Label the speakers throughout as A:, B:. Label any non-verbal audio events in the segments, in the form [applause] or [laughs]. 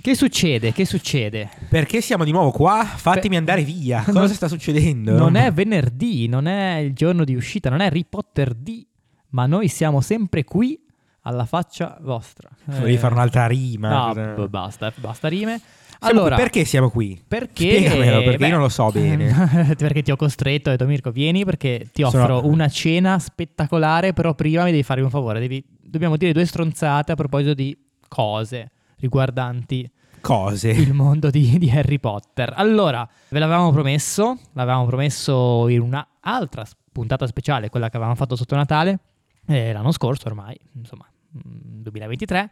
A: Che succede? Che succede?
B: Perché siamo di nuovo qua? Fatemi andare
A: [laughs]
B: via. Cosa
A: non-
B: sta succedendo?
A: Non
B: [laughs]
A: è venerdì, non è il giorno di uscita, non è Harry Potter D, ma noi siamo sempre qui alla faccia vostra. Eh,
B: Volevi fare un'altra rima.
A: No,
B: cosa-
A: b- basta, basta rime.
B: Siamo
A: Allora,
B: qui- perché siamo qui?
A: perché?
B: Spiegamelo, perché
A: beh,
B: io non lo so bene.
A: [laughs] perché ti ho costretto, ho detto Mirko, vieni perché ti
B: Sono-
A: offro una cena spettacolare, però prima mi devi fare un favore, devi- dobbiamo dire due stronzate a proposito di cose riguardanti
B: Cose.
A: [laughs] il mondo di, di Harry Potter. Allora, ve l'avevamo promesso, l'avevamo promesso in un'altra puntata speciale, quella che avevamo fatto sotto Natale, eh, l'anno scorso ormai, insomma, mm, 2023.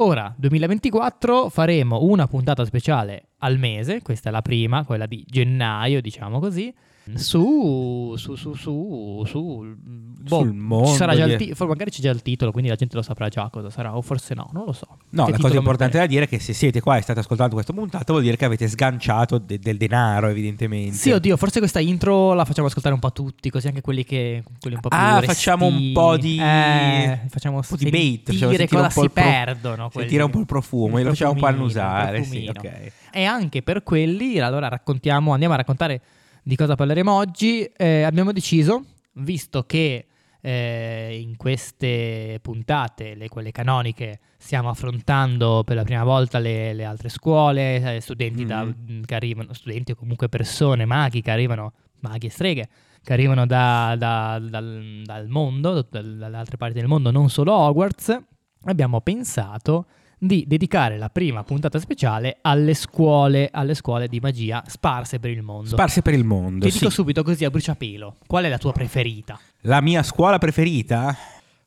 A: Ora, 2024, faremo una puntata speciale al mese, questa è la prima, quella di gennaio, diciamo così, su... su... su... su... su boh,
B: Sul mondo
A: ci sarà già il
B: di-
A: ti- for- magari c'è già il titolo, quindi la gente lo saprà già cosa sarà, o forse no, non lo so.
B: No,
A: Che
B: la
A: titolo
B: cosa
A: mi
B: importante
A: pare?
B: da dire è che se siete qua e state ascoltando questa puntata vuol dire che avete sganciato de- del denaro, evidentemente.
A: Sì, oddio, forse questa intro la facciamo ascoltare un po' a tutti, così anche quelli che quelli un po' più
B: Ah, facciamo un
A: restii.
B: po' di-
A: eh, facciamo
B: un po' di
A: sentire
B: bait, facciamo sentire
A: cosa
B: un po'
A: si
B: il pro-
A: perdono, quelli-
B: tira un po' il profumo,
A: il
B: lo facciamo un po'
A: profumino,
B: annusare.
A: il
B: Sì,
A: profumino.
B: ok.
A: E anche per quelli, allora raccontiamo, andiamo a raccontare di cosa parleremo oggi. Eh, abbiamo deciso, visto che eh, in queste puntate, le, quelle canoniche, stiamo affrontando per la prima volta le, le altre scuole, eh, studenti da- che arrivano, studenti o comunque persone, maghi che arrivano, maghi e streghe, che arrivano da- da- dal, dal mondo, dal- dalle altre parti del mondo, non solo Hogwarts, abbiamo pensato di dedicare la prima puntata speciale alle scuole, alle scuole di magia sparse per il mondo.
B: Sparse per il mondo.
A: Ti
B: sì.
A: dico subito così a bruciapelo, qual è la tua preferita?
B: La mia scuola preferita?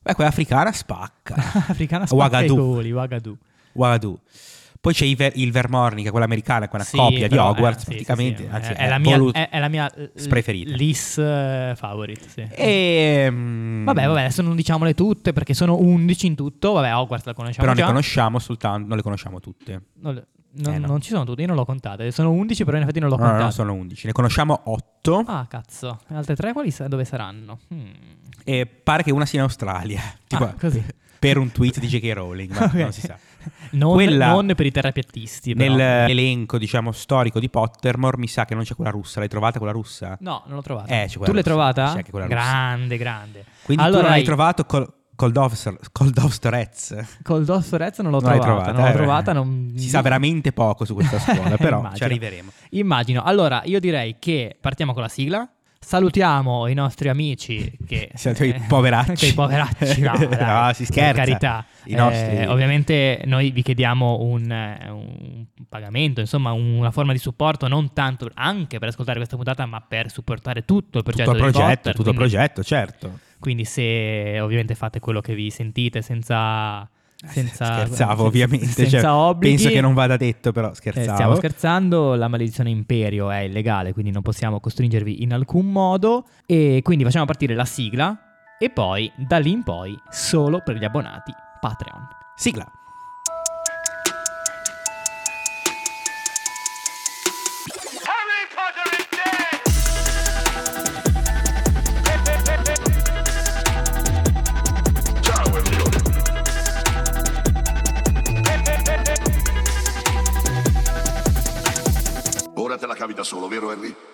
B: Beh, quella
A: [laughs]
B: africana spacca.
A: [laughs] Africana spacca ai
B: Ouagadougou.
A: coli, Ouagadougou.
B: Wagadu. Poi c'è Iver, Ilvermorny, che è quella americana, quella
A: Sì,
B: coppia di
A: però,
B: Hogwarts,
A: eh, sì, sì,
B: praticamente.
A: sì,
B: anzi,
A: è, è la mia,
B: volu-
A: è, è la mia eh,
B: spreferita.
A: Lis eh, favorite, sì.
B: E, mm,
A: Vabbè, vabbè, adesso non diciamole tutte perché sono 11 in tutto. Vabbè, Hogwarts la conosciamo
B: Però ne
A: già.
B: conosciamo soltanto, non le conosciamo tutte.
A: non, le- non-
B: Eh, no.
A: non ci sono tutte, io non l'ho contate. Sono 11, però in effetti non l'ho
B: No, no,
A: contate.
B: non sono 11, ne conosciamo 8
A: Ah, cazzo. Le altre tre quali sa- dove saranno? Hmm.
B: e pare che una sia in Australia, tipo,
A: Ah,
B: [laughs]
A: così.
B: per un tweet di J.K. Rowling, ma
A: [laughs] Ok.
B: non si sa.
A: Non,
B: Quella-
A: non per i terrapiattisti. però.
B: Nell'elenco, diciamo, storico di Pottermore mi sa che non c'è quella russa, l'hai trovata quella russa?
A: No, non l'ho trovata.
B: Eh, c'è quella
A: tu l'hai
B: russa.
A: trovata?
B: C'è anche quella russa.
A: grande, grande.
B: Quindi
A: allora,
B: tu non l'hai
A: hai-
B: trovato col... Col Dovstorez
A: Col Dos Torez non l'ho
B: Non l'hai
A: trovata. non
B: trovata,
A: l'ho
B: eh,
A: trovata.
B: beh.
A: non-
B: Si sa veramente poco su
A: [laughs]
B: questa scuola, però ci
A: Immagino.
B: arriveremo.
A: Immagino. Allora, io direi che partiamo con la sigla. Salutiamo i nostri amici che...
B: Siete i
A: eh,
B: poveracci.
A: [laughs] che i poveracci, no, dai,
B: [laughs] No, si scherza.
A: Per carità.
B: I nostri-
A: Eh, ovviamente noi vi chiediamo un, eh, un pagamento, insomma una forma di supporto, non tanto anche per ascoltare questa puntata, ma per supportare tutto il progetto.
B: tutto il
A: di
B: progetto,
A: Potter,
B: tutto il
A: quindi-
B: progetto, certo.
A: Quindi se ovviamente fate quello che vi sentite senza... [laughs] senza
B: Eh, scherzavo
A: sen-
B: ovviamente,
A: Senza
B: cioè,
A: obblighi.
B: penso che non vada detto però
A: Eh,
B: scherzavo.
A: stiamo scherzando, la maledizione imperio è illegale, quindi non possiamo costringervi in alcun modo. E quindi facciamo partire la sigla e poi da lì in poi solo per gli abbonati Patreon.
B: Sigla.
C: Harry Potter is dead!
D: Ora te la cavi da solo, vero Henry?